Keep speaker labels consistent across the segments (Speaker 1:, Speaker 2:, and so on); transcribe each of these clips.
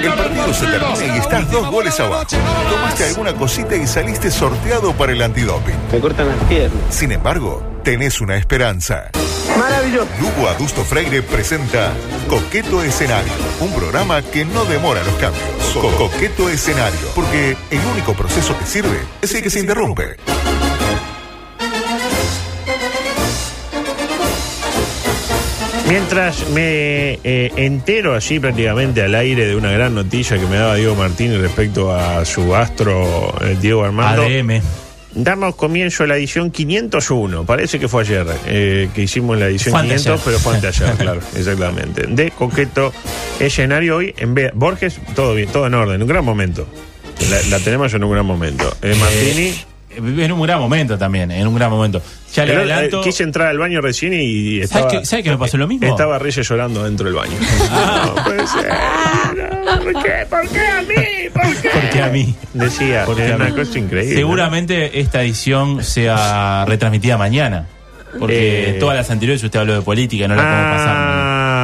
Speaker 1: El partido se termina y estás dos goles abajo. Tomaste alguna cosita y saliste sorteado para el antidoping.
Speaker 2: Me cortan las piernas.
Speaker 1: Sin embargo, tenés una esperanza.
Speaker 3: Maravilloso.
Speaker 1: Lugo Adusto Freire presenta Coqueto Escenario, un programa que no demora los cambios. Co- Coqueto Escenario, porque el único proceso que sirve es el que se interrumpe.
Speaker 4: Mientras me eh, entero así prácticamente al aire de una gran noticia que me daba Diego Martínez respecto a su astro eh, Diego Armando.
Speaker 5: ADM.
Speaker 4: Damos comienzo a la edición 501. Parece que fue ayer eh, que hicimos la edición
Speaker 5: Fue
Speaker 4: 500,
Speaker 5: anteayer.
Speaker 4: pero fue anteayer, claro, exactamente. De coqueto escenario hoy en vez Borges, todo bien, todo en orden, un gran momento. La, la tenemos en un gran momento. Eh, Martini.
Speaker 5: Eh, en un gran momento también, en un gran momento. Ya le
Speaker 4: el- eh,
Speaker 5: adelanto.
Speaker 4: quise entrar al baño recién y estaba.
Speaker 5: qué- sabes qué me pasó lo mismo? Ah.
Speaker 4: Estaba Reyes llorando dentro del baño. No puede ser. No, ¿Por qué? ¿Por qué a mí? ¿Por qué?
Speaker 5: ¿Por qué a mí?
Speaker 4: Decía,
Speaker 5: ¿Por qué
Speaker 4: era
Speaker 5: a mí?
Speaker 4: una cosa increíble.
Speaker 5: Seguramente esta edición sea retransmitida mañana. Porque
Speaker 4: Eh.
Speaker 5: todas las anteriores usted habló de política, no la podemos pasar.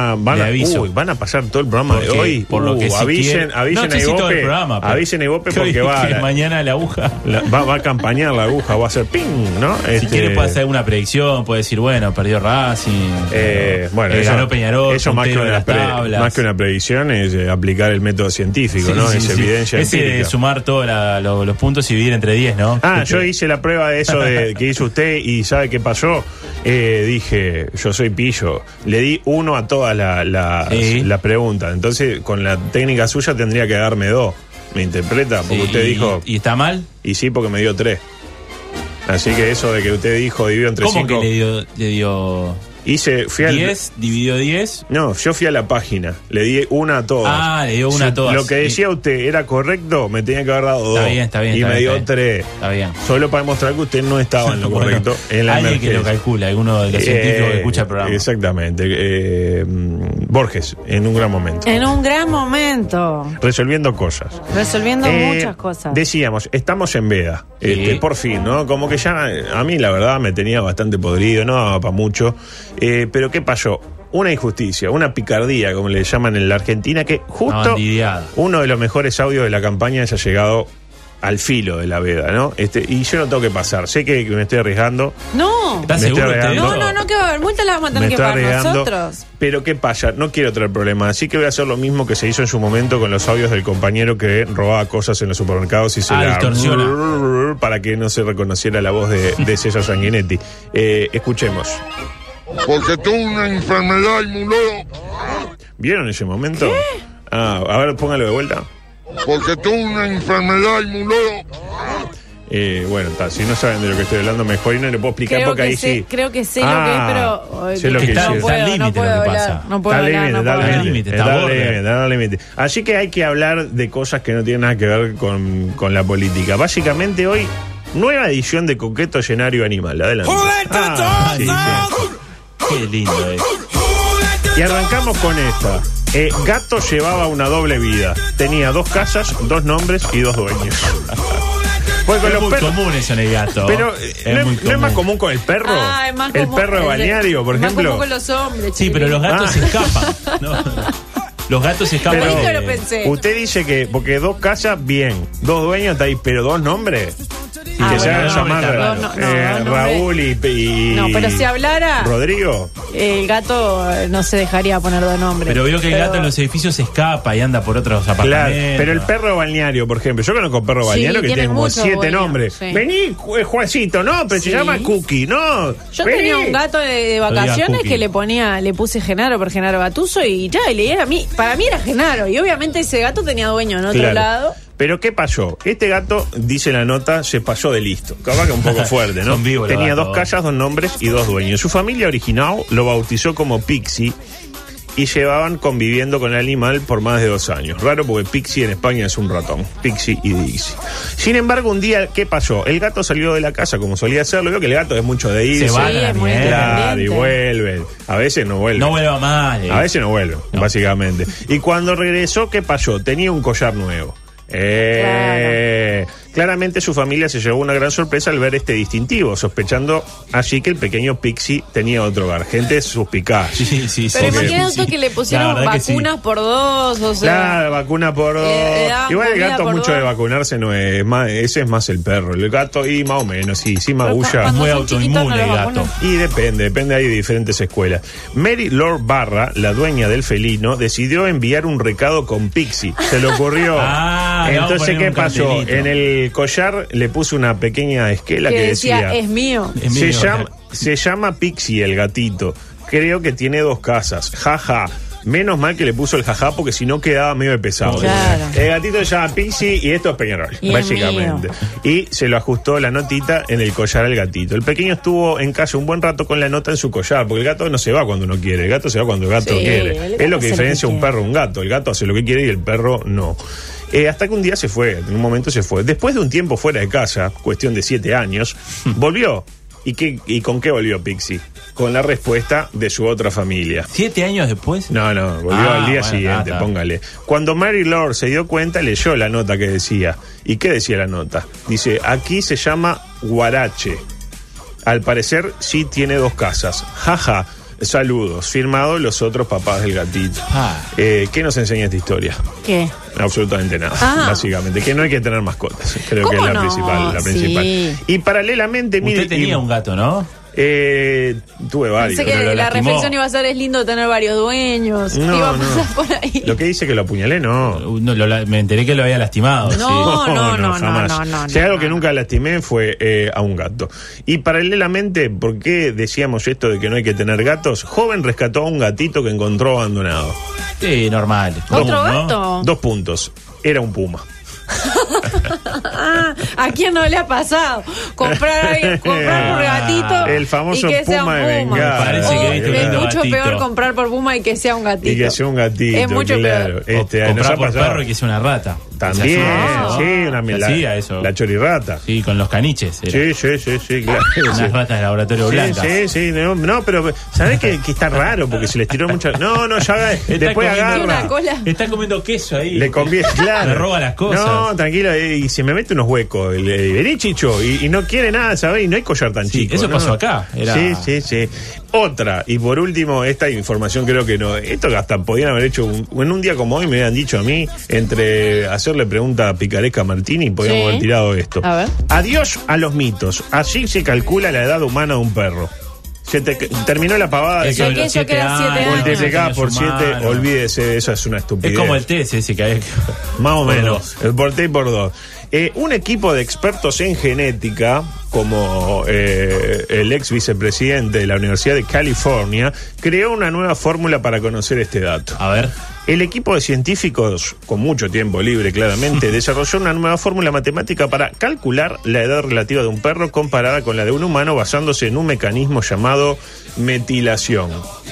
Speaker 4: Ah, van
Speaker 5: Le
Speaker 4: a,
Speaker 5: aviso.
Speaker 4: uy, van a pasar todo el programa
Speaker 5: Porque,
Speaker 4: de hoy.
Speaker 5: por lo que
Speaker 4: Uh,
Speaker 5: si
Speaker 4: avisen,
Speaker 5: quiere-
Speaker 4: avisen
Speaker 5: no
Speaker 4: a
Speaker 5: sé si todo
Speaker 4: Igope,
Speaker 5: el programa, pero-
Speaker 4: avisen a Igope
Speaker 5: Creo
Speaker 4: porque
Speaker 5: que
Speaker 4: va, la-
Speaker 5: mañana la aguja.
Speaker 4: la- va, va a campañar la aguja, va a hacer ping, ¿no?
Speaker 5: Si
Speaker 4: Este,
Speaker 5: quiere puede hacer una predicción, puede decir, bueno, perdió Racing,
Speaker 4: eh, bueno,
Speaker 5: eh,
Speaker 4: eso-
Speaker 5: ganó Peñarol,
Speaker 4: eso más que,
Speaker 5: puntero de
Speaker 4: una
Speaker 5: las
Speaker 4: pre-
Speaker 5: tablas.
Speaker 4: más que una predicción es eh, aplicar el método científico,
Speaker 5: Sí,
Speaker 4: ¿no?
Speaker 5: sí,
Speaker 4: es
Speaker 5: sí.
Speaker 4: evidencia
Speaker 5: Ese de
Speaker 4: empírica.
Speaker 5: sumar todos los puntos y dividir entre 10, ¿no?
Speaker 4: Ah,
Speaker 5: Este,
Speaker 4: yo hice la prueba de eso de, que hizo usted y ¿sabe qué pasó? Eh, dije, yo soy pillo. Le di uno a todas la- la-
Speaker 5: Sí.
Speaker 4: las preguntas. Entonces, con la técnica suya tendría que darme dos. ¿Me interpreta? Porque
Speaker 5: sí,
Speaker 4: usted
Speaker 5: y-
Speaker 4: dijo,
Speaker 5: ¿Y está mal?
Speaker 4: y sí, porque me dio tres. Así que eso de que usted dijo, dividió entre
Speaker 5: ¿Cómo
Speaker 4: cinco.
Speaker 5: que le dio, le dio
Speaker 4: Hice, fui al-
Speaker 5: 10, dividió 10?
Speaker 4: No, yo fui a la página. Le di una a todos.
Speaker 5: Ah, le dio una
Speaker 4: Si
Speaker 5: a todas.
Speaker 4: Lo que decía usted era correcto, me tenía que haber dado dos.
Speaker 5: Está bien, está bien.
Speaker 4: Y
Speaker 5: está
Speaker 4: me
Speaker 5: bien,
Speaker 4: dio
Speaker 5: está bien.
Speaker 4: tres.
Speaker 5: Está bien.
Speaker 4: Solo para demostrar que usted no estaba en lo
Speaker 5: Bueno,
Speaker 4: correcto en la
Speaker 5: alguien que
Speaker 4: emergencia.
Speaker 5: lo calcula, alguno de los científicos
Speaker 4: Eh,
Speaker 5: que escucha el programa.
Speaker 4: Exactamente. Eh, mm, Borges, en un gran momento.
Speaker 6: En un gran momento,
Speaker 4: Resolviendo cosas.
Speaker 6: resolviendo
Speaker 4: Eh,
Speaker 6: muchas cosas.
Speaker 4: Decíamos, estamos en veda.
Speaker 5: Sí.
Speaker 4: Este, por fin, ¿no? Como que ya eh, a mí la verdad me tenía bastante podrido, no daba para mucho. Eh, pero ¿qué pasó? Una injusticia, una picardía, como le llaman en la Argentina, que
Speaker 5: Una
Speaker 4: justo
Speaker 5: bandideada.
Speaker 4: uno de los mejores audios de la campaña se ha llegado al filo de la veda, ¿no? Este, y yo no tengo que pasar. Sé que que me estoy arriesgando.
Speaker 6: No,
Speaker 5: ¿Estás
Speaker 4: Me
Speaker 5: seguro?
Speaker 4: estoy
Speaker 5: usted?
Speaker 4: arreglando.
Speaker 6: no, no, no, que va a haber multa, la vamos a
Speaker 4: me
Speaker 6: tener que
Speaker 4: está
Speaker 6: pagar
Speaker 4: regando.
Speaker 6: nosotros.
Speaker 4: Pero ¿qué pasa? No quiero traer problemas, así que voy a hacer lo mismo que se hizo en su momento con los audios del compañero que robaba cosas en los supermercados y se
Speaker 5: Ah,
Speaker 4: la-
Speaker 5: distorsiona.
Speaker 4: para que no se reconociera la voz de, de César Sanguinetti. Eh, escuchemos.
Speaker 7: Porque tuve una enfermedad inmunólogo.
Speaker 4: ¿Vieron ese momento? Ah, a ver, póngalo de vuelta.
Speaker 7: Porque tuve una enfermedad inmunólogo.
Speaker 4: Eh, bueno, está, si no saben de lo que estoy hablando, mejor y no le puedo explicar
Speaker 6: Creo
Speaker 4: porque ahí
Speaker 6: que, sé,
Speaker 4: sí.
Speaker 6: creo que sé
Speaker 4: Ah,
Speaker 6: lo que es, pero. ay,
Speaker 4: sé lo
Speaker 6: que
Speaker 4: que
Speaker 6: no
Speaker 4: hicieron.
Speaker 6: puedo,
Speaker 5: Está al
Speaker 6: no
Speaker 5: límite
Speaker 6: puedo
Speaker 5: lo que
Speaker 6: hablar,
Speaker 5: pasa.
Speaker 6: No puedo
Speaker 4: Está al
Speaker 6: hablar,
Speaker 4: límite,
Speaker 6: no
Speaker 4: está
Speaker 6: puedo hablar.
Speaker 4: al límite,
Speaker 5: límite,
Speaker 4: está
Speaker 5: está
Speaker 4: al
Speaker 5: borde.
Speaker 4: límite, está al límite. Así que hay que hablar de cosas que no tienen nada que ver con, con la política. Básicamente hoy, nueva edición de Coqueto Escenario Animal. Adelante. Ah, sí, sí.
Speaker 5: Qué lindo eh. es.
Speaker 4: Y arrancamos con esta. Eh, Gato llevaba una doble vida. Tenía dos casas, dos nombres y dos dueños. Pues con
Speaker 5: Es
Speaker 4: los
Speaker 5: muy
Speaker 4: perros-
Speaker 5: común eso en el gato.
Speaker 4: Pero eh,
Speaker 5: Es
Speaker 4: ¿no,
Speaker 5: muy
Speaker 4: es, no es más común con el perro.
Speaker 6: Ah, es más
Speaker 4: el
Speaker 6: común-
Speaker 4: perro de balneario, por
Speaker 6: más
Speaker 4: ejemplo.
Speaker 6: común con los hombres.
Speaker 5: Sí, pero los gatos
Speaker 4: Ah.
Speaker 5: se escapan. ¿no? Los gatos se escapan.
Speaker 6: Pero-
Speaker 5: de-
Speaker 6: Yo lo pensé. Sí.
Speaker 4: Usted dice que, porque dos casas, bien, dos dueños está ahí, pero dos nombres. Y
Speaker 6: Ah,
Speaker 4: que se
Speaker 6: bueno,
Speaker 4: hagan
Speaker 6: no,
Speaker 4: llamar
Speaker 5: está
Speaker 6: raro. No, no, no,
Speaker 4: eh,
Speaker 6: dos nombres.
Speaker 4: Raúl y, y-
Speaker 6: No, pero si hablara,
Speaker 4: Rodrigo.
Speaker 6: el gato eh, no se dejaría poner de nombre.
Speaker 5: Pero veo que el gato en los edificios se escapa y anda por otros
Speaker 4: Claro,
Speaker 5: apartamentos.
Speaker 4: pero el perro balneario, por ejemplo, yo conozco perro
Speaker 6: Sí,
Speaker 4: balneario que
Speaker 6: tienen
Speaker 4: tiene como
Speaker 6: muchos
Speaker 4: siete
Speaker 6: dueños,
Speaker 4: nombres.
Speaker 6: sí.
Speaker 4: Vení, Ju- eh, Juancito, no, pero se
Speaker 6: Sí.
Speaker 4: llama Cookie, no.
Speaker 6: Yo
Speaker 4: vení.
Speaker 6: tenía un gato de, de
Speaker 5: digas
Speaker 6: vacaciones
Speaker 5: cookie.
Speaker 6: que le ponía, le puse Genaro por Genaro Gatuso y ya, y le era a mí, para mí era Genaro, y obviamente ese gato tenía dueño en otro
Speaker 4: Claro.
Speaker 6: lado.
Speaker 4: Pero ¿qué pasó? Este gato, dice la nota, se pasó de listo. Capaz que un poco fuerte, ¿no?
Speaker 5: Son vivos los
Speaker 4: Tenía
Speaker 5: gatos.
Speaker 4: dos casas, dos nombres y dos dueños. Su familia original lo bautizó como Pixie y llevaban conviviendo con el animal por más de dos años. Raro porque Pixie en España es un ratón. Pixie y Dixie. Sin embargo, un día, ¿qué pasó? El gato salió de la casa como solía hacerlo. Veo que el gato es mucho de irse.
Speaker 5: Se va a la
Speaker 6: es muy
Speaker 5: mierda.
Speaker 4: Claro, y
Speaker 6: independiente.
Speaker 4: vuelven. A veces no vuelven.
Speaker 5: No vuelva mal. eh.
Speaker 4: A veces no vuelve, básicamente. Y cuando regresó, ¿qué pasó? Tenía un collar nuevo. Eh, Claramente su familia se llevó una gran sorpresa al ver este distintivo, sospechando allí que el pequeño Pixie tenía otro hogar. Gente suspicaz.
Speaker 5: Sí, sí, sí.
Speaker 6: Pero
Speaker 4: Ok.
Speaker 6: imagínate
Speaker 5: Sí.
Speaker 6: que le pusieron
Speaker 5: La verdad que sí.
Speaker 6: vacunas por dos, o sea.
Speaker 4: Claro, vacuna por dos.
Speaker 6: Eh, le daban
Speaker 4: Igual el
Speaker 6: comida
Speaker 4: gato
Speaker 6: por
Speaker 4: mucho
Speaker 6: dos.
Speaker 4: de vacunarse no es más, ese es más el perro. El gato y más o menos, sí, sí
Speaker 6: Pero cu-
Speaker 4: magulla.
Speaker 5: Es
Speaker 6: cuando
Speaker 5: muy
Speaker 6: son chiquitos no
Speaker 5: autoinmune
Speaker 6: los
Speaker 5: el
Speaker 6: vacunan.
Speaker 5: gato.
Speaker 4: Y depende, depende, hay diferentes escuelas. Mary Lord Barra, la dueña del felino, decidió enviar un recado con Pixie. Se le ocurrió.
Speaker 5: Ah, le vamos a
Speaker 4: Entonces,
Speaker 5: poner
Speaker 4: ¿qué
Speaker 5: un
Speaker 4: pasó?
Speaker 5: cartelito.
Speaker 4: En el collar le puso una pequeña esquela
Speaker 6: Que
Speaker 4: que,
Speaker 6: decía, es mío.
Speaker 5: Es
Speaker 4: se,
Speaker 5: mío,
Speaker 4: llama,
Speaker 5: claro.
Speaker 4: se llama Pixie el gatito. Creo que tiene dos casas. Jaja. Menos mal que le puso el jaja porque si no quedaba medio de pesado.
Speaker 6: Claro.
Speaker 4: El gatito se llama Pixie y esto es Peñarol,
Speaker 6: Y es
Speaker 4: básicamente. Y se lo ajustó la notita en el collar al gatito. El pequeño estuvo en casa un buen rato con la nota en su collar, porque el gato no se va cuando uno quiere, el gato se va cuando el gato
Speaker 6: Sí,
Speaker 4: quiere.
Speaker 6: el gato
Speaker 4: Es lo que
Speaker 6: hace lo
Speaker 4: diferencia un
Speaker 6: que quiere.
Speaker 4: perro a un gato. El gato hace lo que quiere y el perro no. Eh, hasta que un día se fue, en un momento se fue. Después de un tiempo fuera de casa, cuestión de siete años, volvió. ¿Y, qué, ¿Y con qué volvió Pixie? Con la respuesta de su otra familia.
Speaker 5: ¿Siete años después?
Speaker 4: No, no, volvió
Speaker 5: Ah,
Speaker 4: al
Speaker 5: bueno,
Speaker 4: día
Speaker 5: ah,
Speaker 4: siguiente,
Speaker 5: está.
Speaker 4: póngale. Cuando Mary Lord se dio cuenta, leyó la nota que decía. ¿Y qué decía la nota? Dice, aquí se llama Guarache. Al parecer sí tiene dos casas. Jaja, saludos. Firmado los otros papás del gatito.
Speaker 5: Ah.
Speaker 4: Eh, ¿Qué nos enseña esta historia?
Speaker 6: ¿Qué?
Speaker 4: Absolutamente nada,
Speaker 6: Ah.
Speaker 4: básicamente. Que no hay que tener mascotas. Creo que es la
Speaker 6: ¿Cómo no?
Speaker 4: principal. La
Speaker 6: Sí.
Speaker 4: principal. Y paralelamente, mire,
Speaker 5: Usted tenía un gato, ¿no?
Speaker 4: eh, tuve varios.
Speaker 6: Pensé que
Speaker 5: pero lo
Speaker 6: la
Speaker 5: lastimó.
Speaker 6: reflexión iba a ser es lindo tener varios dueños.
Speaker 4: No,
Speaker 6: iba a
Speaker 4: no.
Speaker 6: pasar por ahí.
Speaker 4: Lo que dice que lo apuñalé, no.
Speaker 5: Uh, No, lo la- me enteré que lo había lastimado. sí.
Speaker 6: No, no, no,
Speaker 4: jamás.
Speaker 6: no, no, no,
Speaker 4: Si hay algo
Speaker 6: no,
Speaker 4: que
Speaker 6: no.
Speaker 4: nunca lastimé fue eh, a un gato. Y paralelamente, ¿por qué decíamos esto de que no hay que tener gatos? Joven rescató a un gatito que encontró abandonado.
Speaker 5: Sí, normal.
Speaker 6: ¿Otro
Speaker 5: común, ¿no?
Speaker 6: gato?
Speaker 4: Dos puntos. Era un puma.
Speaker 6: Ah, ¿a quién no le ha pasado? Comprar, a alguien- comprar por gatito.
Speaker 4: Ah, El famoso
Speaker 6: y que sea un
Speaker 4: puma
Speaker 6: puma.
Speaker 4: de venganza.
Speaker 5: Parece que
Speaker 6: Oh,
Speaker 5: viste un
Speaker 6: es
Speaker 5: lindo
Speaker 6: mucho
Speaker 5: gatito.
Speaker 6: peor comprar por puma y que sea un gatito.
Speaker 4: Y que sea un gatito.
Speaker 6: Es mucho
Speaker 4: claro.
Speaker 6: peor.
Speaker 5: O
Speaker 4: Este, nos ha
Speaker 5: comprar por
Speaker 4: pasado.
Speaker 5: perro y que sea una rata.
Speaker 4: También,
Speaker 5: Se hacía eso.
Speaker 4: sí, una
Speaker 5: Se
Speaker 4: la,
Speaker 5: hacía eso.
Speaker 4: La chorirrata.
Speaker 5: Sí, con los caniches. era.
Speaker 4: Sí, sí, sí, sí, claro. Sí.
Speaker 5: Unas ratas de laboratorio
Speaker 4: Sí,
Speaker 5: blancas.
Speaker 4: Sí, sí, no, no, pero ¿sabés que, que está raro? Porque se les tiró mucho. No, no, ya haga-
Speaker 5: Está
Speaker 4: después
Speaker 5: comiendo-
Speaker 6: Tiene una
Speaker 4: agarra.
Speaker 6: cosa. Cola.
Speaker 5: Está comiendo queso ahí.
Speaker 4: Le conviene, claro.
Speaker 5: Le roba las cosas.
Speaker 4: No, tranquilo, eh, y se me mete unos huecos. el- el- Vení, chicho, y, y no quiere nada, ¿sabés? Y no hay collar tan
Speaker 5: Sí,
Speaker 4: chico.
Speaker 5: eso
Speaker 4: ¿no?
Speaker 5: pasó acá, era-
Speaker 4: Sí, sí, sí. Otra, y por último, esta información creo que no. Esto que hasta podían haber hecho un- en un día como hoy, me habían dicho a mí, entre hacerle pregunta a Picaresca a Martini, podíamos
Speaker 6: Sí.
Speaker 4: haber tirado esto.
Speaker 6: A ver.
Speaker 4: Adiós a los mitos. Así se calcula la edad humana de un perro. Se te- terminó la pavada de
Speaker 5: Eso
Speaker 6: O sea,
Speaker 5: de
Speaker 4: que
Speaker 6: que
Speaker 5: los
Speaker 6: eso que era siete años.
Speaker 4: multiplicada
Speaker 5: años
Speaker 4: por 7,
Speaker 5: humanos.
Speaker 4: olvídese de eso, es una estupidez.
Speaker 5: Es como el test ese que hay.
Speaker 4: Más o
Speaker 5: Por
Speaker 4: menos,
Speaker 5: dos.
Speaker 4: el por tres y por dos. Eh, un equipo de expertos en genética, como eh, el ex vicepresidente de la Universidad de California, creó una nueva fórmula para conocer este dato.
Speaker 5: A ver.
Speaker 4: El equipo de científicos, con mucho tiempo libre claramente, desarrolló una nueva fórmula matemática para calcular la edad relativa de un perro comparada con la de un humano basándose en un mecanismo llamado metilación.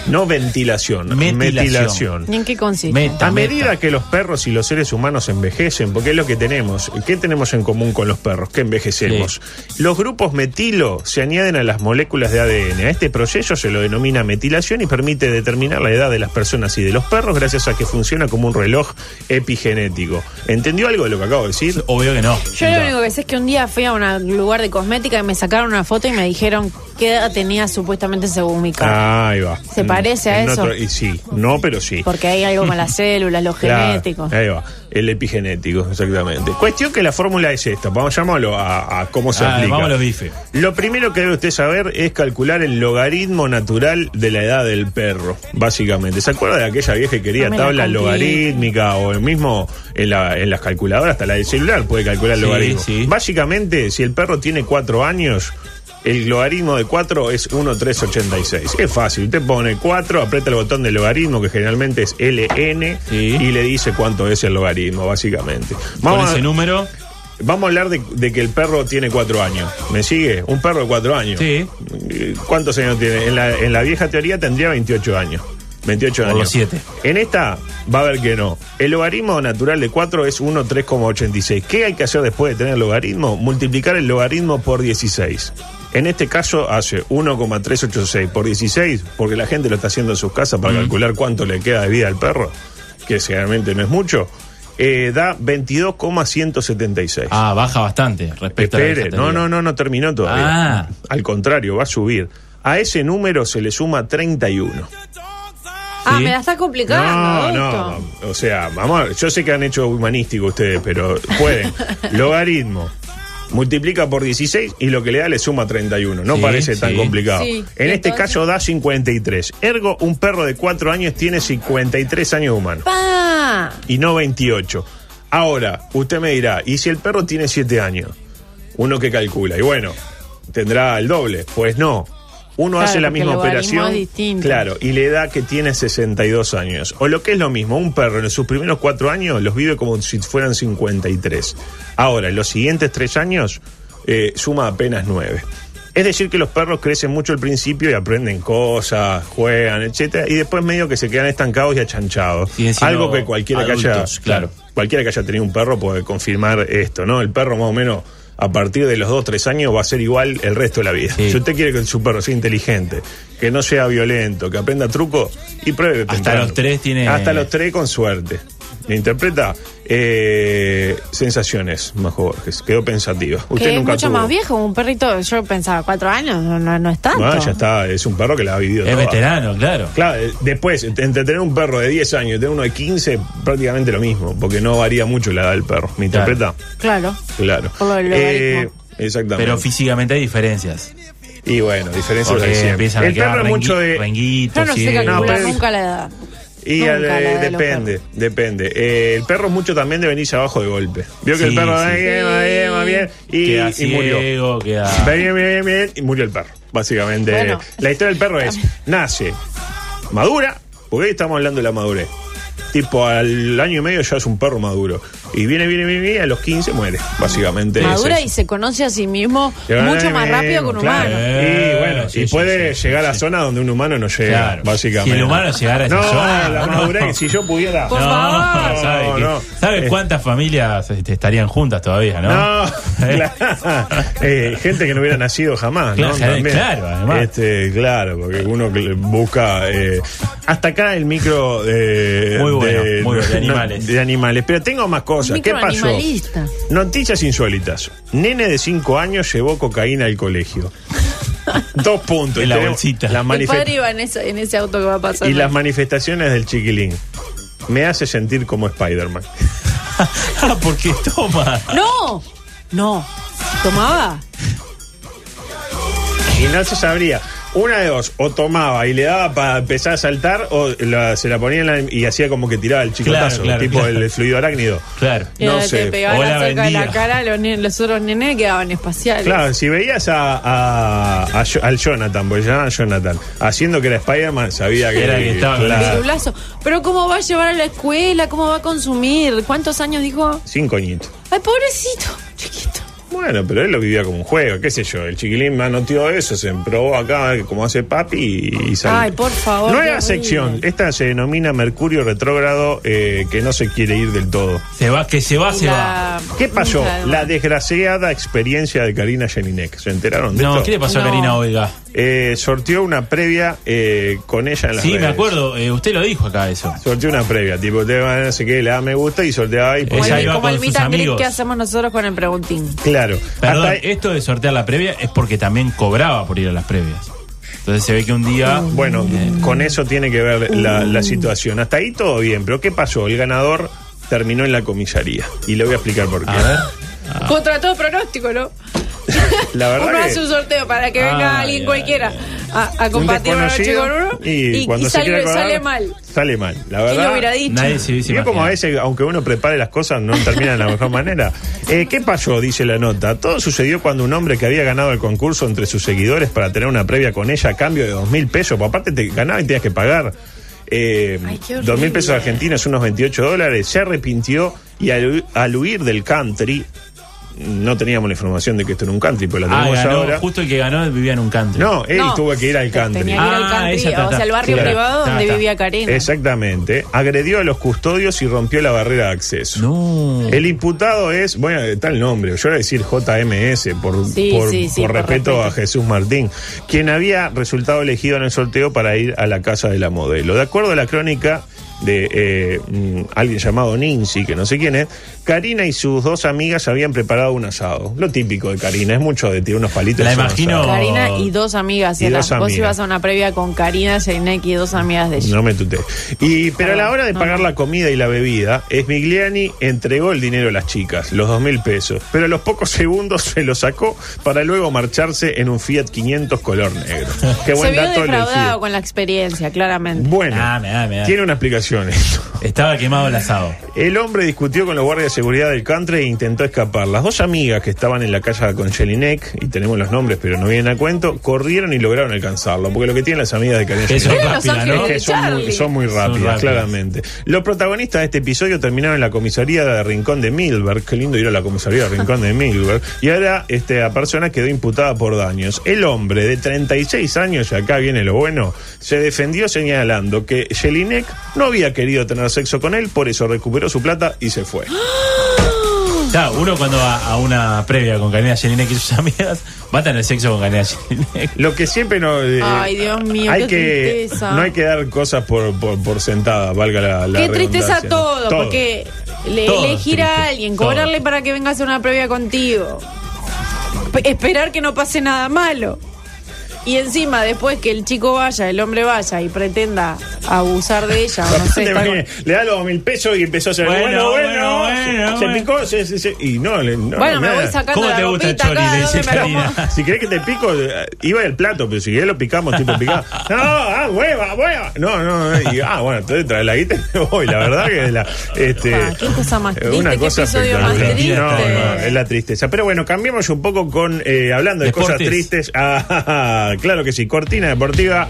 Speaker 4: No ventilación,
Speaker 5: Metilación.
Speaker 4: metilación.
Speaker 6: ¿Y en qué consiste?
Speaker 5: Meta,
Speaker 4: A medida
Speaker 5: meta.
Speaker 4: que los perros y los seres humanos envejecen, porque es lo que tenemos, ¿qué tenemos en común con los perros? Que envejecemos. Los grupos metilo se añaden a las moléculas de ADN. A este proceso se lo denomina metilación y permite determinar la edad de las personas y de los perros gracias a que funciona como un reloj epigenético. ¿Entendió algo de lo que acabo de decir?
Speaker 5: Obvio que no.
Speaker 6: Yo lo único que sé es que un día fui a una- un lugar de cosmética y me sacaron una foto y me dijeron qué edad tenía supuestamente según mi cara.
Speaker 4: Ahí va.
Speaker 6: ¿Se parece a
Speaker 4: En
Speaker 6: eso?
Speaker 4: otro- y sí, no, pero sí.
Speaker 6: Porque hay algo con las células, los
Speaker 4: Claro, Eh,
Speaker 6: genéticos.
Speaker 4: Ahí va, el epigenético, exactamente. Cuestión que la fórmula es esta, vamos llamarlo a, a cómo se
Speaker 5: Ah,
Speaker 4: aplica.
Speaker 5: vamos a los bifes.
Speaker 4: Lo primero que debe usted saber es calcular el logaritmo natural de la edad del perro, básicamente. ¿Se acuerda de aquella vieja que quería
Speaker 6: No me la
Speaker 4: tabla
Speaker 6: complique.
Speaker 4: logarítmica o el mismo en, la- en las calculadoras, hasta la del celular puede calcular el
Speaker 5: Sí,
Speaker 4: logaritmo?
Speaker 5: sí.
Speaker 4: Básicamente, si el perro tiene cuatro años... El logaritmo de 4 es 1,386. Es fácil. Usted pone 4, aprieta el botón del logaritmo, que generalmente es LN,
Speaker 5: Sí.
Speaker 4: y le dice cuánto es el logaritmo, básicamente.
Speaker 5: Con
Speaker 4: Vamos,
Speaker 5: ese
Speaker 4: a,
Speaker 5: número.
Speaker 4: vamos a hablar de, de que el perro tiene cuatro años. ¿Me sigue? Un perro de cuatro años.
Speaker 5: Sí.
Speaker 4: Eh, ¿Cuántos años tiene? En la, en la vieja teoría tendría 28 años. 28
Speaker 5: Por
Speaker 4: años.
Speaker 5: los siete.
Speaker 4: En esta va a ver que no. El logaritmo natural de 4 es 1, 3,86. ¿Qué hay que hacer después de tener el logaritmo? Multiplicar el logaritmo por 16. En este caso hace 1,386 por 16, porque la gente lo está haciendo en sus casas para calcular cuánto le queda de vida al perro, que generalmente no es mucho. eh, da 22,176.
Speaker 5: Ah, baja bastante respecto a la
Speaker 4: Espere,
Speaker 5: vez
Speaker 4: no,
Speaker 5: anterior.
Speaker 4: no, no, no terminó todavía.
Speaker 5: Ah.
Speaker 4: Al contrario, va a subir. A ese número se le suma 31.
Speaker 6: Ah,
Speaker 5: Sí.
Speaker 6: me la estás complicando.
Speaker 4: No, no,
Speaker 6: adulto.
Speaker 4: o sea, vamos, a- yo sé que han hecho humanístico ustedes, pero pueden. Logaritmo. Multiplica por 16 y lo que le da le suma 31. No
Speaker 5: Sí,
Speaker 4: parece tan
Speaker 5: sí.
Speaker 4: complicado.
Speaker 6: Sí,
Speaker 4: en
Speaker 6: y
Speaker 4: este
Speaker 6: entonces-
Speaker 4: caso da 53. Ergo, un perro de 4 años tiene 53 años humanos
Speaker 6: Pa.
Speaker 4: y no 28. Ahora, usted me dirá, ¿y si el perro tiene 7 años? Uno que calcula, y bueno, tendrá el doble. Pues no. Uno
Speaker 6: Claro,
Speaker 4: hace la
Speaker 6: porque
Speaker 4: misma
Speaker 6: el logaritmo
Speaker 4: operación.
Speaker 6: es distinto.
Speaker 4: Claro, y le da que tiene 62 años. O lo que es lo mismo, un perro en sus primeros 4 años los vive como si fueran 53. Ahora, en los siguientes 3 años eh, suma apenas 9. Es decir, que los perros crecen mucho al principio y aprenden cosas, juegan, etcétera, y después medio que se quedan estancados y achanchados.
Speaker 5: Siguen siendo
Speaker 4: Algo que cualquiera que haya,
Speaker 5: adultos, claro.
Speaker 4: cualquiera que haya tenido un perro puede confirmar esto, ¿no? El perro más o menos a partir de los 2, 3 años va a ser igual el resto de la vida.
Speaker 5: Sí.
Speaker 4: Si usted quiere que su perro sea inteligente, que no sea violento, que aprenda truco y pruebe
Speaker 5: Hasta
Speaker 4: temprano.
Speaker 5: los tres tiene-
Speaker 4: Hasta los 3 con suerte. ¿Me interpreta? Eh, sensaciones, Majo Borges. Quedó pensativa. Usted
Speaker 6: Que es
Speaker 4: nunca
Speaker 6: mucho
Speaker 4: tuvo.
Speaker 6: más viejo, un perrito, yo pensaba cuatro años, no, no, no es tanto.
Speaker 4: Ah, ya está, es un perro que la ha vivido
Speaker 5: Es
Speaker 4: toda.
Speaker 5: veterano, claro.
Speaker 4: Claro, eh, después, ent- entre tener un perro de 10 años y tener uno de 15, prácticamente lo mismo, porque no varía mucho la edad del perro. ¿Me
Speaker 5: Claro.
Speaker 4: interpreta?
Speaker 6: Claro.
Speaker 4: Claro.
Speaker 6: Por lo del
Speaker 4: Eh,
Speaker 6: logaritmo.
Speaker 4: exactamente.
Speaker 5: Pero físicamente hay diferencias.
Speaker 4: y bueno, diferencias
Speaker 5: Porque
Speaker 4: de
Speaker 5: empiezan
Speaker 4: siempre.
Speaker 5: a
Speaker 4: El
Speaker 5: quedar
Speaker 4: perro es
Speaker 5: rengui-
Speaker 4: mucho de.
Speaker 5: renguitos,
Speaker 6: Yo no sé
Speaker 5: ciegos.
Speaker 4: No,
Speaker 6: calcular
Speaker 4: pero-
Speaker 6: nunca la edad.
Speaker 4: Y
Speaker 6: Nunca
Speaker 4: al-
Speaker 6: la edad de los
Speaker 4: depende, depende. Eh, el perro mucho también de venirse abajo de golpe. Vio que el
Speaker 5: Sí,
Speaker 4: perro va
Speaker 5: sí.
Speaker 4: bien, va bien, va bien,
Speaker 5: queda
Speaker 4: y, y murió.
Speaker 5: ciego, queda...
Speaker 4: Va bien, bien, bien, bien, y murió el perro. Básicamente,
Speaker 6: Bueno.
Speaker 4: la historia del perro es: nace, madura, porque hoy estamos hablando de la madurez. Tipo, al año y medio ya es un perro maduro. Y viene, viene, viene, viene, y a los 15 muere. Básicamente. es
Speaker 6: Madura
Speaker 4: eso.
Speaker 6: y se conoce a sí mismo
Speaker 4: Llega
Speaker 6: mucho
Speaker 4: al
Speaker 6: más
Speaker 4: año y medio,
Speaker 6: rápido que un
Speaker 4: eh, claro. eh,
Speaker 6: humano.
Speaker 4: Y bueno,
Speaker 5: Sí,
Speaker 4: y
Speaker 5: sí,
Speaker 4: puede
Speaker 5: sí,
Speaker 4: llegar a
Speaker 5: sí.
Speaker 4: zonas donde un humano no llega,
Speaker 5: Claro.
Speaker 4: básicamente.
Speaker 5: Si el humano llegara a esa
Speaker 4: no,
Speaker 5: zona,
Speaker 4: la
Speaker 5: no.
Speaker 4: madurez, si yo pudiera.
Speaker 6: Por
Speaker 5: No,
Speaker 6: favor.
Speaker 5: ¿sabe, qué?
Speaker 4: No, no.
Speaker 5: ¿Sabe
Speaker 4: Eh.
Speaker 5: cuántas familias este, estarían juntas todavía, no?
Speaker 4: No,
Speaker 5: ¿Eh?
Speaker 4: claro. Eh, gente que no hubiera nacido jamás, ¿no?
Speaker 5: Claro,
Speaker 4: También.
Speaker 5: claro, además.
Speaker 4: Este, claro, porque uno que le busca. eh, hasta acá el micro eh, de.
Speaker 5: Muy bueno, muy
Speaker 4: de,
Speaker 5: bueno, de animales.
Speaker 4: de animales. Pero tengo más cosas. ¿Qué pasó?
Speaker 6: Microanimalista.
Speaker 4: Noticias insólitas. Nene de 5 años llevó cocaína al colegio. Dos puntos.
Speaker 5: En
Speaker 4: Y
Speaker 5: la
Speaker 4: tenemos
Speaker 5: bolsita.
Speaker 4: las
Speaker 6: Mi
Speaker 4: manife-
Speaker 6: padre iba en ese, en ese auto que va pasando.
Speaker 4: y las manifestaciones del chiquilín. Me hace sentir como Spider-Man.
Speaker 5: Ah, porque toma.
Speaker 6: ¡No! No. ¿Tomaba?
Speaker 4: Y no se sabría. Una de dos, o tomaba y le daba para empezar a saltar, o la- se la ponía en la- y hacía como que tiraba el chicotazo,
Speaker 5: Claro, claro,
Speaker 4: tipo
Speaker 5: claro.
Speaker 4: el fluido arácnido.
Speaker 5: Claro.
Speaker 6: Y
Speaker 4: No
Speaker 6: ahora
Speaker 4: sé,
Speaker 6: Te pegaba
Speaker 5: o
Speaker 6: la
Speaker 5: la
Speaker 6: cerca de la
Speaker 5: vendía.
Speaker 6: cara, los, ne- los otros nenes quedaban espaciales.
Speaker 4: Claro, si veías a, a- a Jo- al Jonathan, porque se llamaba Jonathan, haciendo que era Spider-Man, sabía que
Speaker 5: Era que estaba con
Speaker 4: claro,
Speaker 6: Pirulazo. Pero ¿cómo va a llevar a la escuela? ¿Cómo va a consumir? ¿Cuántos años dijo?
Speaker 4: Cinco añitos.
Speaker 6: Ay, pobrecito, chiquito.
Speaker 4: Bueno, pero él lo vivía como un juego, qué sé yo. El chiquilín manoteó eso, se probó acá como hace papi y, y salió.
Speaker 6: Ay, por favor, qué
Speaker 4: Nueva
Speaker 6: horrible.
Speaker 4: sección. Esta se denomina Mercurio retrógrado eh, que no se quiere ir del todo.
Speaker 5: Se va, que se va,
Speaker 6: Y
Speaker 5: se va.
Speaker 6: la-
Speaker 4: Ah, ¿Qué pasó?
Speaker 6: Hija de
Speaker 4: La
Speaker 6: madre.
Speaker 4: Eh,
Speaker 5: eh, eh.
Speaker 4: Ah, Ah. Ah,
Speaker 5: Ah, Mm.
Speaker 4: Eh, eh, pues Ah, de eh, mm, alguien llamado Ninzi, que no sé quién es, Karina y sus dos amigas habían preparado un asado. Lo típico de Karina, es mucho de tirar unos palitos.
Speaker 5: La
Speaker 4: y hacer un
Speaker 5: imagino-
Speaker 4: asado.
Speaker 6: Karina y dos amigas.
Speaker 4: Oh. Y
Speaker 6: era.
Speaker 4: dos
Speaker 6: Vos
Speaker 4: amigas.
Speaker 6: ibas a una previa con Karina, Jainek y dos amigas de ella.
Speaker 4: No me tuté. Y, pero a la hora de
Speaker 6: No,
Speaker 4: pagar la comida y la bebida, Smigliani entregó el dinero a las chicas, los dos mil pesos. Pero a los pocos segundos se lo sacó para luego marcharse en un Fiat 500 color negro. Qué
Speaker 6: Se
Speaker 4: buen
Speaker 6: vio
Speaker 4: dato el del Fiat.
Speaker 6: defraudado con la experiencia, claramente.
Speaker 4: Bueno,
Speaker 5: Dame, dame, dame.
Speaker 4: tiene una explicación esto.
Speaker 5: Estaba quemado el asado.
Speaker 4: El hombre discutió con los guardias de seguridad del country e intentó escapar. Las dos amigas que estaban en la calle con Jelinek, y tenemos los nombres pero no vienen a cuento, corrieron y lograron alcanzarlo. Porque lo que tienen las amigas de Karina
Speaker 5: Que son
Speaker 4: Jelinek-
Speaker 6: Eran los
Speaker 5: rápidas, Ah, ¿no?
Speaker 6: ángeles
Speaker 4: Es que
Speaker 6: de
Speaker 4: Este, son muy,
Speaker 6: Charlie.
Speaker 4: son muy
Speaker 5: Son
Speaker 4: rápidas,
Speaker 5: rápidas.
Speaker 4: claramente. Los protagonistas de este episodio terminaron en la comisaría de Rincón de Milberg. Qué lindo ir a la comisaría de Rincón de Milberg. Y ahora este, la persona quedó imputada por daños. El hombre de 36 años, y acá viene lo bueno, se defendió señalando que Jelinek no había querido tener sexo con él, por eso recuperó su plata y se fue.
Speaker 5: Claro, uno cuando va a una previa con Karina Jelinek y sus amigas, va a tener sexo con Karina Jelinek.
Speaker 4: Lo que siempre no. eh,
Speaker 6: Ay, Dios mío,
Speaker 4: hay
Speaker 6: qué
Speaker 4: que,
Speaker 6: tristeza.
Speaker 4: No hay que dar cosas por, por, por sentada, valga la, la
Speaker 6: Qué tristeza
Speaker 4: redundancia, ¿no?
Speaker 6: todo, porque le-
Speaker 5: Todo es
Speaker 6: elegir a
Speaker 5: triste,
Speaker 6: alguien,
Speaker 5: todo.
Speaker 6: cobrarle para que venga a hacer una previa contigo, pe- esperar que no pase nada malo. Y encima, después que el chico vaya, el hombre vaya y pretenda abusar de ella, o no sé,
Speaker 4: Te
Speaker 6: está
Speaker 4: imaginas, Le da los mil pesos y empezó a hacer bueno, bueno,
Speaker 5: Bueno,
Speaker 4: bueno.
Speaker 5: bueno, bueno,
Speaker 4: se
Speaker 5: bueno.
Speaker 4: picó, se, se- se- y no, le- no,
Speaker 6: con- bueno, me
Speaker 4: nada.
Speaker 6: voy sacando
Speaker 5: ¿Cómo
Speaker 6: la
Speaker 5: te gusta el
Speaker 6: ropita acá,
Speaker 5: chori? Le dice
Speaker 6: ¿dónde me
Speaker 5: Karina.
Speaker 6: acomodo?
Speaker 4: Si querés que te pico, eh, iba el plato, pero si querés lo picamos, tipo picado. No, ah, hueva, hueva. No, no, no. Y, ah, bueno, entonces trae la guita y me voy. La verdad que la. Este,
Speaker 6: Ah, qué cosa más
Speaker 4: eh,
Speaker 6: triste,
Speaker 4: una
Speaker 6: qué
Speaker 4: cosa
Speaker 6: episodio más
Speaker 4: espectacular.
Speaker 5: triste.
Speaker 4: No, no, es la tristeza. Pero bueno, cambiemos un poco con. eh, hablando de cosas
Speaker 5: Deportes.
Speaker 4: tristes. Ah, claro que sí, cortina deportiva.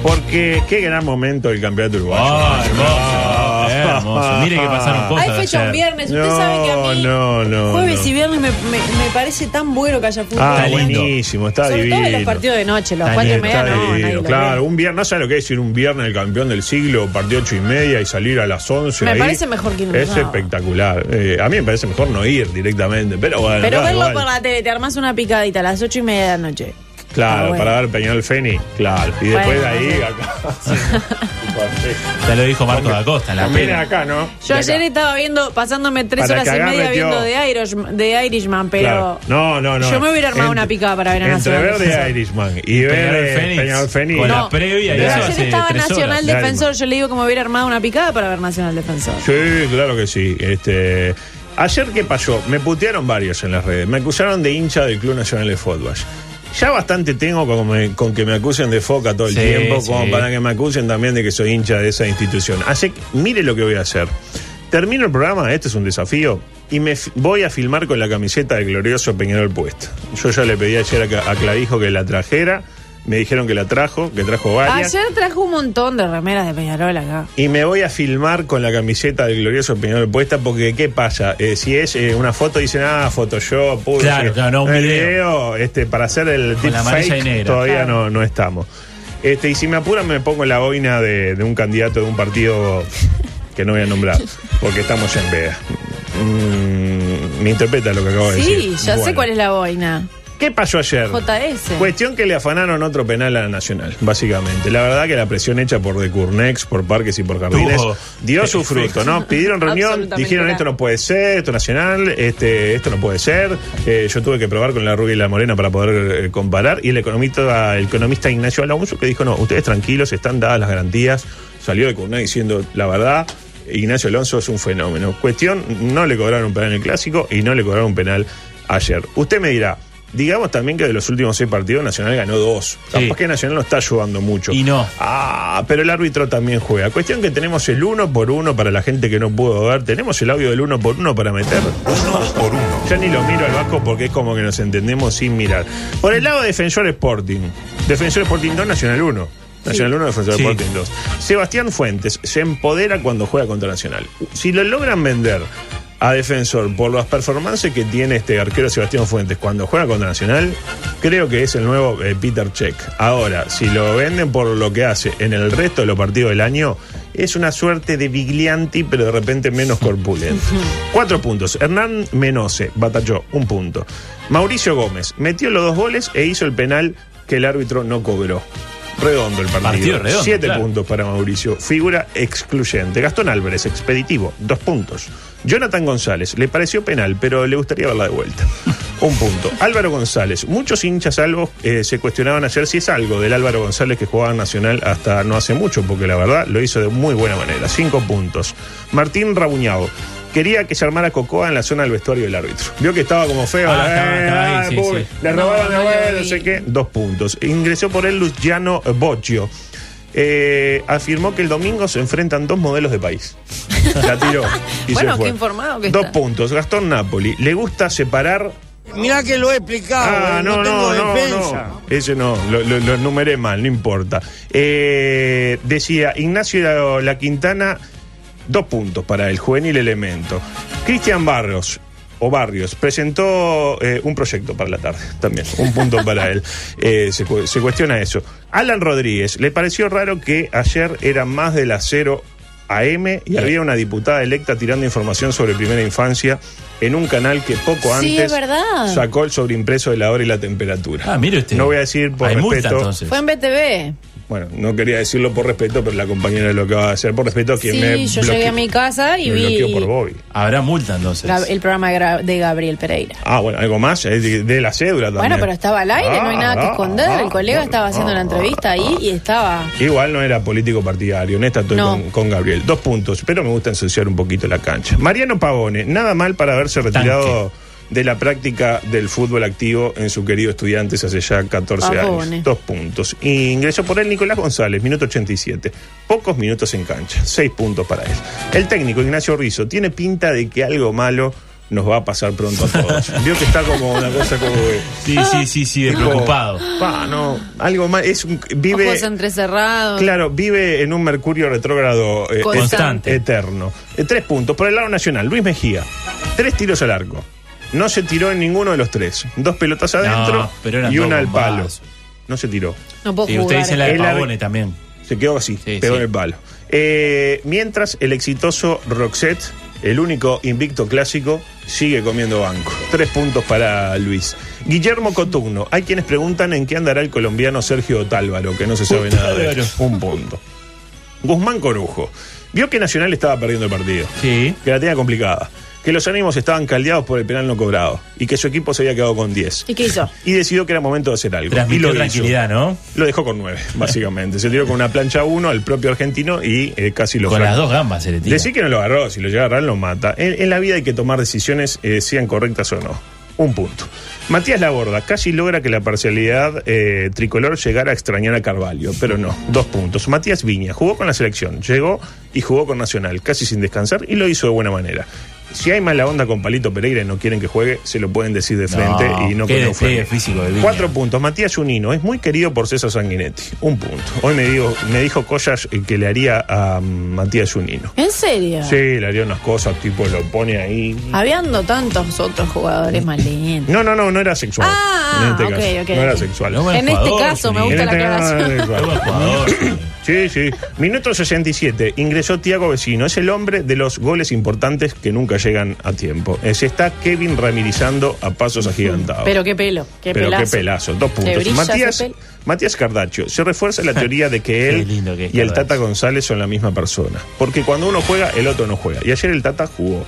Speaker 4: Porque qué gran momento el campeonato uruguayo.
Speaker 5: Ah, hermoso, hermoso. Mire que pasaron cosas.
Speaker 6: Hay fecha un
Speaker 5: ayer.
Speaker 6: viernes, usted
Speaker 4: No,
Speaker 6: sabe que a mí
Speaker 4: no, no,
Speaker 6: jueves
Speaker 4: no.
Speaker 6: y viernes me, me- me parece tan bueno que haya fútbol.
Speaker 4: Ah,
Speaker 5: Está lindo.
Speaker 4: buenísimo, está
Speaker 6: Sobre
Speaker 4: divino.
Speaker 6: todo en los partidos de noche, los
Speaker 5: Está
Speaker 6: cuatro y
Speaker 5: lindo,
Speaker 6: media,
Speaker 4: Está
Speaker 6: no, nadie
Speaker 4: divino,
Speaker 6: los
Speaker 4: claro,
Speaker 6: ve.
Speaker 4: un viernes, no sabes lo que es ir un viernes el campeón del siglo, partido ocho y media y salir a las 11.
Speaker 6: Me
Speaker 4: ahí?
Speaker 6: parece mejor que no.
Speaker 4: Es espectacular. Eh, a mí me parece mejor no ir directamente, pero bueno.
Speaker 6: Pero
Speaker 4: claro,
Speaker 6: verlo
Speaker 4: igual.
Speaker 6: por la tele, te armas una picadita a las ocho y media de la noche.
Speaker 4: Claro,
Speaker 6: Ah, bueno.
Speaker 4: para ver Peñal Feni, claro. Y después
Speaker 6: Bueno,
Speaker 4: de ahí,
Speaker 6: no sé.
Speaker 4: acá. Sí.
Speaker 5: Ya lo dijo Marco da Costa, la
Speaker 4: Conviene
Speaker 5: pena.
Speaker 4: acá, ¿no?
Speaker 6: Yo
Speaker 4: De
Speaker 6: ayer
Speaker 4: acá.
Speaker 6: estaba viendo, pasándome tres
Speaker 4: Para
Speaker 6: horas
Speaker 4: que
Speaker 6: y
Speaker 4: agarre,
Speaker 6: media
Speaker 4: tío.
Speaker 6: viendo de, Irish- de Irishman, pero.
Speaker 4: Claro. No, no, no.
Speaker 6: Yo me hubiera armado
Speaker 4: Entre-
Speaker 6: una picada para ver a
Speaker 4: Entre
Speaker 6: Nacional.
Speaker 4: ver de
Speaker 6: Defensor.
Speaker 4: Irishman y ver
Speaker 5: Peñarol
Speaker 4: eh,
Speaker 5: Fénix.
Speaker 4: Peñarol Fénix.
Speaker 5: Con la
Speaker 6: No,
Speaker 5: previa y
Speaker 6: pero
Speaker 4: eso
Speaker 6: ayer
Speaker 5: hace
Speaker 6: estaba
Speaker 5: tres horas.
Speaker 6: Nacional
Speaker 4: De
Speaker 6: Defensor,
Speaker 4: Irishman.
Speaker 6: yo le digo que me hubiera armado una picada para ver Nacional Defensor.
Speaker 4: Sí, claro que sí. Este, ayer, ¿qué pasó? Me putearon varios en las redes. Me acusaron de hincha del Club Nacional de Fútbol. Ya bastante tengo con, me- con que me acusen de foca todo el
Speaker 5: Sí,
Speaker 4: tiempo,
Speaker 5: sí.
Speaker 4: como para que me acusen también de que soy hincha de esa institución. Así que mire lo que voy a hacer. Termino el programa, este es un desafío, y me fi- voy a filmar con la camiseta del glorioso Peñarol puesta. Yo ya le pedí ayer a, Ca- a Clavijo que la trajera, me dijeron que la trajo, que trajo varias.
Speaker 6: Ayer trajo un montón de remeras de Peñarol acá.
Speaker 4: Y me voy a filmar con la camiseta del glorioso Peñarol puesta porque ¿qué pasa? Eh, si es eh, una foto dicen, ah, Photoshop, puro,
Speaker 5: Claro,
Speaker 4: sí.
Speaker 5: claro, no, un
Speaker 4: El
Speaker 5: video.
Speaker 4: este, para hacer el
Speaker 5: Con la amarilla y
Speaker 4: deepfake
Speaker 5: negra.
Speaker 4: todavía
Speaker 6: Claro.
Speaker 4: no, no estamos. Este, y si me apuran me pongo la boina de, de un candidato de un partido que no voy a nombrar, porque estamos en veda. Mm, me interpreta lo que acabo de
Speaker 6: Sí,
Speaker 4: decir.
Speaker 6: ya sé
Speaker 4: Bueno.
Speaker 6: cuál es la boina.
Speaker 4: ¿Qué pasó ayer?
Speaker 6: JS.
Speaker 4: Cuestión que le afanaron otro penal a la Nacional, básicamente. La verdad que la presión hecha por Decurnex, por Parques y por Jardines
Speaker 5: Tuvo
Speaker 4: dio su fruto, ¿no? Pidieron reunión,
Speaker 6: Absolutamente
Speaker 4: dijeron
Speaker 6: nada.
Speaker 4: esto no puede ser, esto Nacional, este, esto no puede ser. Eh, yo tuve que probar con la rubia y la morena para poder eh, comparar. Y el economista, el economista Ignacio Alonso que dijo, no, ustedes tranquilos, están dadas las garantías. Salió de Decurnex diciendo, la verdad... Ignacio Alonso es un fenómeno. Cuestión, no le cobraron un penal en el clásico y no le cobraron un penal ayer. Usted me dirá, digamos también que de los últimos seis partidos Nacional ganó dos.
Speaker 5: Sí.
Speaker 4: Capaz que Nacional no está ayudando mucho.
Speaker 5: Y no.
Speaker 4: Ah, pero el árbitro también juega. Cuestión que tenemos el uno por uno para la gente que no pudo ver. Tenemos el audio del uno por uno para meter.
Speaker 1: Uno por uno.
Speaker 4: Ya ni lo miro al vasco porque es como que nos entendemos sin mirar. Por el lado de Defensor Sporting. Defensor Sporting 2, Nacional 1. Nacional 1, Defensor
Speaker 5: Sí.
Speaker 4: Sporting 2. Sebastián Fuentes se empodera cuando juega contra Nacional. Si lo logran vender a Defensor por las performances que tiene este arquero Sebastián Fuentes cuando juega contra Nacional, creo que es el nuevo eh, Peter Check. Ahora, si lo venden por lo que hace en el resto de los partidos del año, es una suerte de Viglianti, pero de repente menos corpulento. Cuatro puntos. Hernán Menose batalló un punto. Mauricio Gómez metió los dos goles e hizo el penal que el árbitro no cobró. Redondo el partido.
Speaker 5: Partido redondo,
Speaker 4: Siete
Speaker 5: claro.
Speaker 4: puntos para Mauricio. Figura excluyente. Gastón Álvarez, expeditivo. Dos puntos. Jonathan González, le pareció penal, pero le gustaría verla de vuelta. Un punto. Álvaro González. Muchos hinchas salvos eh, se cuestionaban ayer si es algo del Álvaro González que jugaba en Nacional hasta no hace mucho, porque la verdad lo hizo de muy buena manera. Cinco puntos. Martín Rabuñado. Quería que se armara Cocoa en la zona del vestuario del árbitro. Vio que estaba como feo.
Speaker 5: Ah,
Speaker 4: la-
Speaker 5: estaba- estaba ahí,
Speaker 4: ah,
Speaker 5: sí,
Speaker 4: pobre,
Speaker 5: sí.
Speaker 4: Le
Speaker 6: No,
Speaker 4: robaron la
Speaker 6: no lo
Speaker 4: bola, no
Speaker 6: vi.
Speaker 4: sé qué. Dos puntos. Ingresó por él Luciano Boccio. Eh, afirmó que el domingo se enfrentan dos modelos de país. La tiró. y
Speaker 6: Bueno,
Speaker 4: se fue.
Speaker 6: qué informado que
Speaker 4: Dos
Speaker 6: está.
Speaker 4: puntos. Gastón Napoli. Le gusta separar.
Speaker 2: Mirá que lo he explicado,
Speaker 4: Ah,
Speaker 2: eh,
Speaker 4: no, no,
Speaker 2: no, tengo
Speaker 4: no,
Speaker 2: defensa.
Speaker 4: no. Ese no, lo, lo- lo numeré mal, no importa. Eh, decía Ignacio La Quintana, dos puntos para el juvenil elemento. Cristian Barrios. O Barrios presentó eh, un proyecto para la tarde también, un punto para él. Eh, se, cu- se cuestiona eso. Alan Rodríguez, le pareció raro que ayer era más de las 0 AM y había una diputada electa tirando información sobre primera infancia en un canal que poco
Speaker 6: Sí,
Speaker 4: antes
Speaker 6: es verdad.
Speaker 4: sacó el sobreimpreso de la hora y la temperatura.
Speaker 5: Ah, mire usted.
Speaker 4: No voy a decir por
Speaker 5: Hay multa
Speaker 4: respeto.
Speaker 5: entonces.
Speaker 6: Fue en BTV.
Speaker 4: Bueno, no quería decirlo por respeto, pero la compañera lo acaba de hacer por respeto a quien
Speaker 6: Sí,
Speaker 4: me
Speaker 6: yo
Speaker 4: bloqueó-
Speaker 6: llegué a mi casa y
Speaker 4: me bloqueó
Speaker 6: vi
Speaker 4: por Bobby.
Speaker 5: Habrá multa entonces.
Speaker 6: Gab- el programa de, Gra- de Gabriel Pereira.
Speaker 4: Ah, bueno, algo más, eh, de, de la cédula también.
Speaker 6: Bueno, pero estaba al aire, no hay nada que
Speaker 4: Ah,
Speaker 6: esconder.
Speaker 4: ah,
Speaker 6: el colega
Speaker 4: bueno,
Speaker 6: estaba haciendo
Speaker 4: ah,
Speaker 6: la entrevista ahí y estaba.
Speaker 4: Igual no era político partidario, en esta estoy
Speaker 6: No.
Speaker 4: con, con Gabriel. Dos puntos, pero me gusta ensuciar un poquito la cancha. Mariano Pavone, nada mal para haberse retirado de la práctica del fútbol activo en su querido Estudiantes hace ya 14
Speaker 6: Pavone.
Speaker 4: años. Dos puntos. Y ingresó por él Nicolás González, minuto 87. Pocos minutos en cancha, seis puntos para él. El técnico Ignacio Rizzo tiene pinta de que algo malo nos va a pasar pronto a todos. Vio que está como una cosa como... de-
Speaker 5: Sí, sí, sí, sí, de
Speaker 4: Tipo,
Speaker 5: preocupado.
Speaker 4: Pa, no, algo mal. Es un, vive,
Speaker 6: Ojos entrecerrados.
Speaker 4: Claro, vive en un mercurio retrógrado eh,
Speaker 5: Constante.
Speaker 4: et- eterno. Eh, tres puntos. Por el lado nacional, Luis Mejía. Tres tiros al arco. No se tiró en ninguno de los tres. Dos pelotas adentro
Speaker 5: pero eran
Speaker 4: y
Speaker 5: dos
Speaker 4: una al palo.
Speaker 5: bombazos.
Speaker 4: No se tiró.
Speaker 6: No puedo
Speaker 5: Y
Speaker 6: jugar.
Speaker 5: usted dice la de
Speaker 4: El ar-
Speaker 5: Pavone también.
Speaker 4: Se quedó así,
Speaker 5: Sí,
Speaker 4: pegó
Speaker 5: sí.
Speaker 4: en el palo. Eh, mientras el exitoso Roxette, el único invicto clásico, sigue comiendo banco. Tres puntos para Luis. Guillermo Cotugno. Hay quienes preguntan en qué andará el colombiano Sergio Tálvaro, que no se sabe nada de él.
Speaker 5: Otálvaro.
Speaker 4: Un punto. Guzmán Corujo. Vio que Nacional estaba perdiendo el partido.
Speaker 5: Sí.
Speaker 4: Que la tenía complicada. Que los ánimos estaban caldeados por el penal no cobrado. Y que su equipo se había quedado con 10.
Speaker 6: ¿Y qué hizo?
Speaker 4: Y decidió que era momento de hacer algo. y
Speaker 5: Transmitió
Speaker 4: lo hizo.
Speaker 5: tranquilidad, ¿no?
Speaker 4: Lo dejó con nueve, básicamente. se tiró con una plancha uno al propio argentino y eh, casi lo
Speaker 5: Con
Speaker 4: fran-
Speaker 5: las dos gambas se le tira.
Speaker 4: Decí que no lo agarró, si lo llega a agarrar lo mata. En, en la vida hay que tomar decisiones, eh, sean correctas o no. Un punto. Matías Laborda casi logra que la parcialidad eh, tricolor llegara a extrañar a Carvalho, pero no. Dos puntos. Matías Viña jugó con la selección, llegó y jugó con Nacional, casi sin descansar, y lo hizo de buena manera. Si hay mala onda con Palito Pereira y no quieren que juegue, se lo pueden decir de frente y no
Speaker 5: qué
Speaker 4: con
Speaker 5: despliegue
Speaker 4: eufemismo.
Speaker 5: físico de Viña.
Speaker 4: Cuatro puntos. Matías Unino es muy querido por César Sanguinetti. Un punto. Hoy me, digo, me dijo Collas eh, que le haría a mm, Matías Unino.
Speaker 6: ¿En serio?
Speaker 4: Sí, le haría unas cosas, tipo lo pone ahí.
Speaker 6: Habiendo tantos otros jugadores más lindos.
Speaker 4: No, no, no, no era sexual.
Speaker 6: Ah,
Speaker 4: en este
Speaker 6: ok,
Speaker 4: caso.
Speaker 6: ok,
Speaker 4: No era
Speaker 6: ok.
Speaker 4: sexual.
Speaker 5: No, bueno,
Speaker 6: En este
Speaker 5: Ecuador,
Speaker 6: caso me
Speaker 5: sí.
Speaker 6: gusta
Speaker 4: En
Speaker 6: la
Speaker 4: este caso no era
Speaker 6: aclaración.
Speaker 4: sexual.
Speaker 5: Nuevo Ecuador.
Speaker 4: Sí, sí. Minuto 67. Ingresó Tiago Vecino. Es el hombre de los goles importantes que nunca llegan a tiempo. Eh, Se está Kevin ramirizando a pasos agigantados.
Speaker 6: Pero qué pelo, qué
Speaker 4: eh, Pero
Speaker 6: pelazo.
Speaker 4: qué pelazo, dos
Speaker 6: Le
Speaker 4: puntos.
Speaker 6: brilla ese
Speaker 4: Matías, eh,
Speaker 6: pelo.
Speaker 4: Matías Cardaccio, se refuerza la teoría de que
Speaker 5: Qué
Speaker 4: él
Speaker 5: lindo que es
Speaker 4: y el
Speaker 5: Cardaccio.
Speaker 4: Tata González son la misma persona. Porque cuando uno juega, el otro no juega. Y ayer el Tata jugó.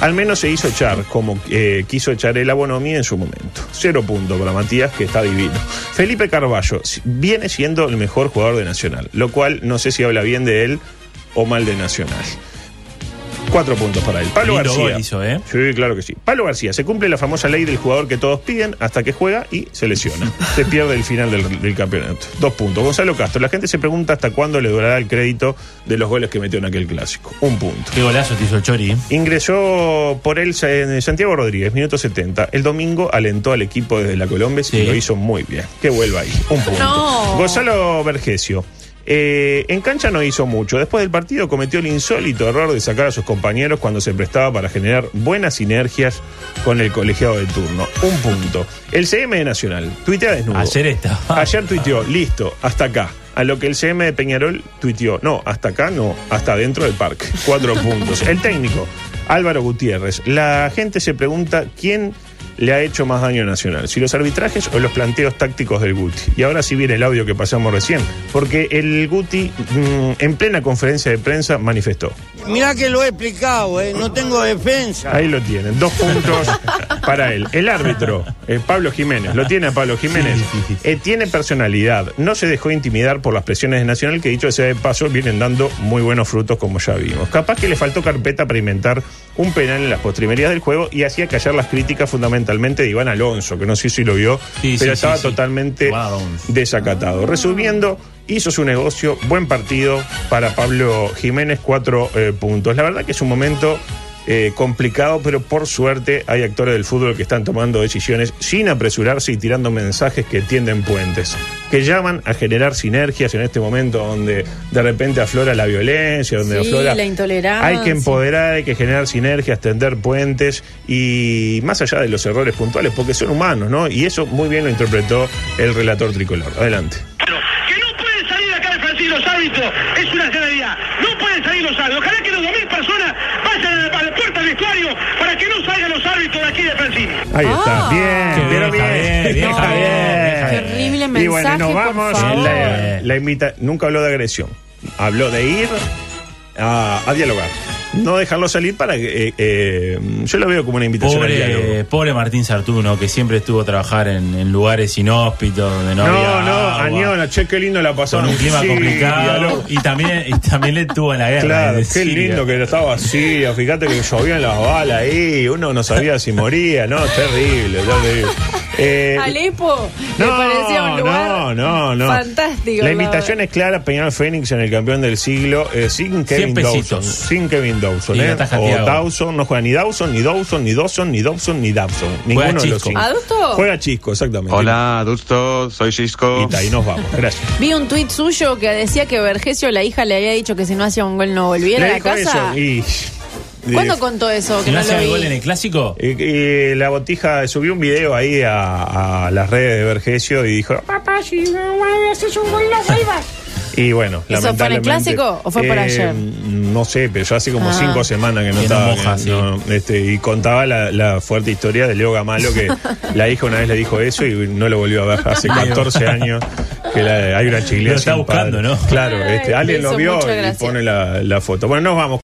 Speaker 4: Al menos se hizo echar, como eh, quiso echar el Abonomi en su momento. Cero punto para Matías, que está divino. Felipe Carballo si- viene siendo el mejor jugador de Nacional, lo cual no sé si habla bien de él o mal de Nacional. Cuatro puntos para él. Pablo
Speaker 5: Lindo
Speaker 4: García.
Speaker 5: gol hizo, ¿eh?
Speaker 4: Sí, claro que sí. Pablo García, se cumple la famosa ley del jugador que todos piden hasta que juega y se lesiona. Se pierde el final del, del campeonato. Dos puntos. Gonzalo Castro, la gente se pregunta hasta cuándo le durará el crédito de los goles que metió en aquel clásico. Un punto.
Speaker 5: Qué golazo te hizo el Chori.
Speaker 4: Ingresó por él Sa- eh, Santiago Rodríguez, minuto 70. El domingo alentó al equipo desde la Colombes y
Speaker 5: Sí.
Speaker 4: lo hizo muy bien. Que vuelva ahí. Un punto.
Speaker 6: No.
Speaker 4: Gonzalo Vergesio. eh, en cancha no hizo mucho. Después del partido cometió el insólito error de sacar a sus compañeros cuando se prestaba para generar buenas sinergias con el colegiado de turno. Un punto. El CM de Nacional. Tuitea desnudo.
Speaker 5: Ayer estaba.
Speaker 4: Ayer tuiteó, listo, hasta acá. A lo que el CM de Peñarol tuiteó, no, hasta acá no, hasta dentro del parque. Cuatro puntos. El técnico, Álvaro Gutiérrez. La gente se pregunta quién le ha hecho más daño a Nacional, si los arbitrajes o los planteos tácticos del Guti. Y ahora sí viene el audio que pasamos recién, porque el Guti mm, en plena conferencia de prensa manifestó.
Speaker 2: Mirá que lo he explicado, ¿eh? No tengo defensa.
Speaker 4: Ahí lo tienen, dos puntos para él. El árbitro, eh, Pablo Jiménez, lo tiene a Pablo Jiménez.
Speaker 5: Sí, sí, sí.
Speaker 4: Eh, tiene personalidad, no se dejó intimidar por las presiones de Nacional, que dicho sea de paso, vienen dando muy buenos frutos, como ya vimos. Capaz que le faltó carpeta para inventar un penal en las postrimerías del juego y hacía callar las críticas fundamentalmente de Iván Alonso, que no sé si lo vio,
Speaker 5: Sí,
Speaker 4: pero
Speaker 5: sí,
Speaker 4: estaba
Speaker 5: sí, sí.
Speaker 4: totalmente
Speaker 5: Iván Alonso.
Speaker 4: desacatado. Resumiendo, hizo su negocio, buen partido para Pablo Jiménez, cuatro eh, puntos. La verdad que es un momento eh, complicado, pero por suerte hay actores del fútbol que están tomando decisiones sin apresurarse y tirando mensajes que tienden puentes, que llaman a generar sinergias en este momento donde de repente aflora la violencia, donde
Speaker 6: Sí,
Speaker 4: aflora
Speaker 6: la intolerancia.
Speaker 4: Hay que empoderar, hay que generar sinergias, tender puentes y más allá de los errores puntuales, porque son humanos, ¿no? Y eso muy bien lo interpretó el relator tricolor. Adelante.
Speaker 3: que no pueden salir acá de Francis los árbitros, es una realidad. No pueden salir los árbitros. Ojalá que los 2.000 personas pasen a la, a la puerta del vestuario para que no salgan los árbitros de aquí de Francini.
Speaker 4: Ahí
Speaker 6: Ah.
Speaker 4: está. Bien,
Speaker 5: Qué
Speaker 4: pero bien.
Speaker 5: vieja, bien, vieja,
Speaker 4: Bien.
Speaker 5: bien,
Speaker 6: vieja. Terrible
Speaker 4: Y bueno,
Speaker 6: mensaje,
Speaker 4: nos
Speaker 6: por
Speaker 4: vamos. eh,
Speaker 6: favor.
Speaker 4: La, la invita nunca habló de agresión. Habló de ir a, a dialogar. No dejarlo salir para que. eh, eh, yo lo veo como una invitación al diálogo.
Speaker 5: Pobre, pobre Martín Sartuno, que siempre estuvo a trabajar en, en lugares inhóspitos, donde no,
Speaker 4: No,
Speaker 5: había
Speaker 4: no,
Speaker 5: agua,
Speaker 4: Añona, che, qué lindo la pasó.
Speaker 5: con un clima
Speaker 4: Sí,
Speaker 5: complicado.
Speaker 4: dialogó.
Speaker 5: Y también, y también le tuvo en la guerra.
Speaker 4: Claro,
Speaker 5: en
Speaker 4: qué
Speaker 5: Siria.
Speaker 4: lindo que estaba vacío. Fíjate que llovían las balas ahí. Uno no sabía si moría, ¿no? Terrible, terrible. Eh,
Speaker 6: Alepo me parecía un lugar
Speaker 4: no, no, no.
Speaker 6: fantástico.
Speaker 4: La invitación es clara, Peñal Fénix en el campeón del siglo, eh, sin
Speaker 5: 100
Speaker 4: Kevin
Speaker 5: pesitos.
Speaker 4: Dawson. Sin Kevin Dawson,
Speaker 5: Y
Speaker 4: ¿eh?
Speaker 5: la taja
Speaker 4: O
Speaker 5: Thiago.
Speaker 4: Dawson, no juega ni Dawson, ni Dawson, ni Dawson, ni Dawson, ni Dawson. Ninguno de los
Speaker 5: Chisco.
Speaker 4: cinco.
Speaker 6: ¿Adusto?
Speaker 4: Juega Chisco, exactamente.
Speaker 8: Hola, Adusto, Ah, soy Cisco.
Speaker 4: Y ahí nos vamos, gracias.
Speaker 6: Vi un tuit suyo que decía que Vergesio, la hija, le había dicho que si no hacía un gol no volviera
Speaker 4: Le
Speaker 6: a la
Speaker 4: dijo
Speaker 6: casa.
Speaker 4: eso y-
Speaker 6: ¿Cuándo contó eso?
Speaker 5: Si
Speaker 6: Que
Speaker 5: no
Speaker 6: no,
Speaker 5: hacía el
Speaker 6: lo
Speaker 5: gol
Speaker 6: vi.
Speaker 5: en el clásico,
Speaker 4: Y, y la botija subió un video ahí a, a las redes de Vergesio y dijo: Papá, si no haces un gol, no vuelvas. Y bueno,
Speaker 6: ¿Eso fue en el
Speaker 4: lamentablemente, em,
Speaker 6: clásico o fue por ayer?
Speaker 4: No sé, pero yo hace como
Speaker 6: Ah.
Speaker 4: cinco semanas que no
Speaker 5: Que no
Speaker 4: estaba.
Speaker 5: moja,
Speaker 4: que no- este, y contaba la, la fuerte historia de Leo Gamalo, que la hija una vez le dijo eso y no lo volvió a ver. Hace 14 años que la- hay una chilena.
Speaker 5: Lo está
Speaker 4: sin padre.
Speaker 5: buscando, ¿no?
Speaker 4: Claro,
Speaker 6: Ay,
Speaker 4: este,
Speaker 6: me
Speaker 4: alguien lo
Speaker 6: hizo
Speaker 4: vio
Speaker 6: mucha
Speaker 4: y
Speaker 6: gracia.
Speaker 4: pone la, la foto. Bueno, nos vamos.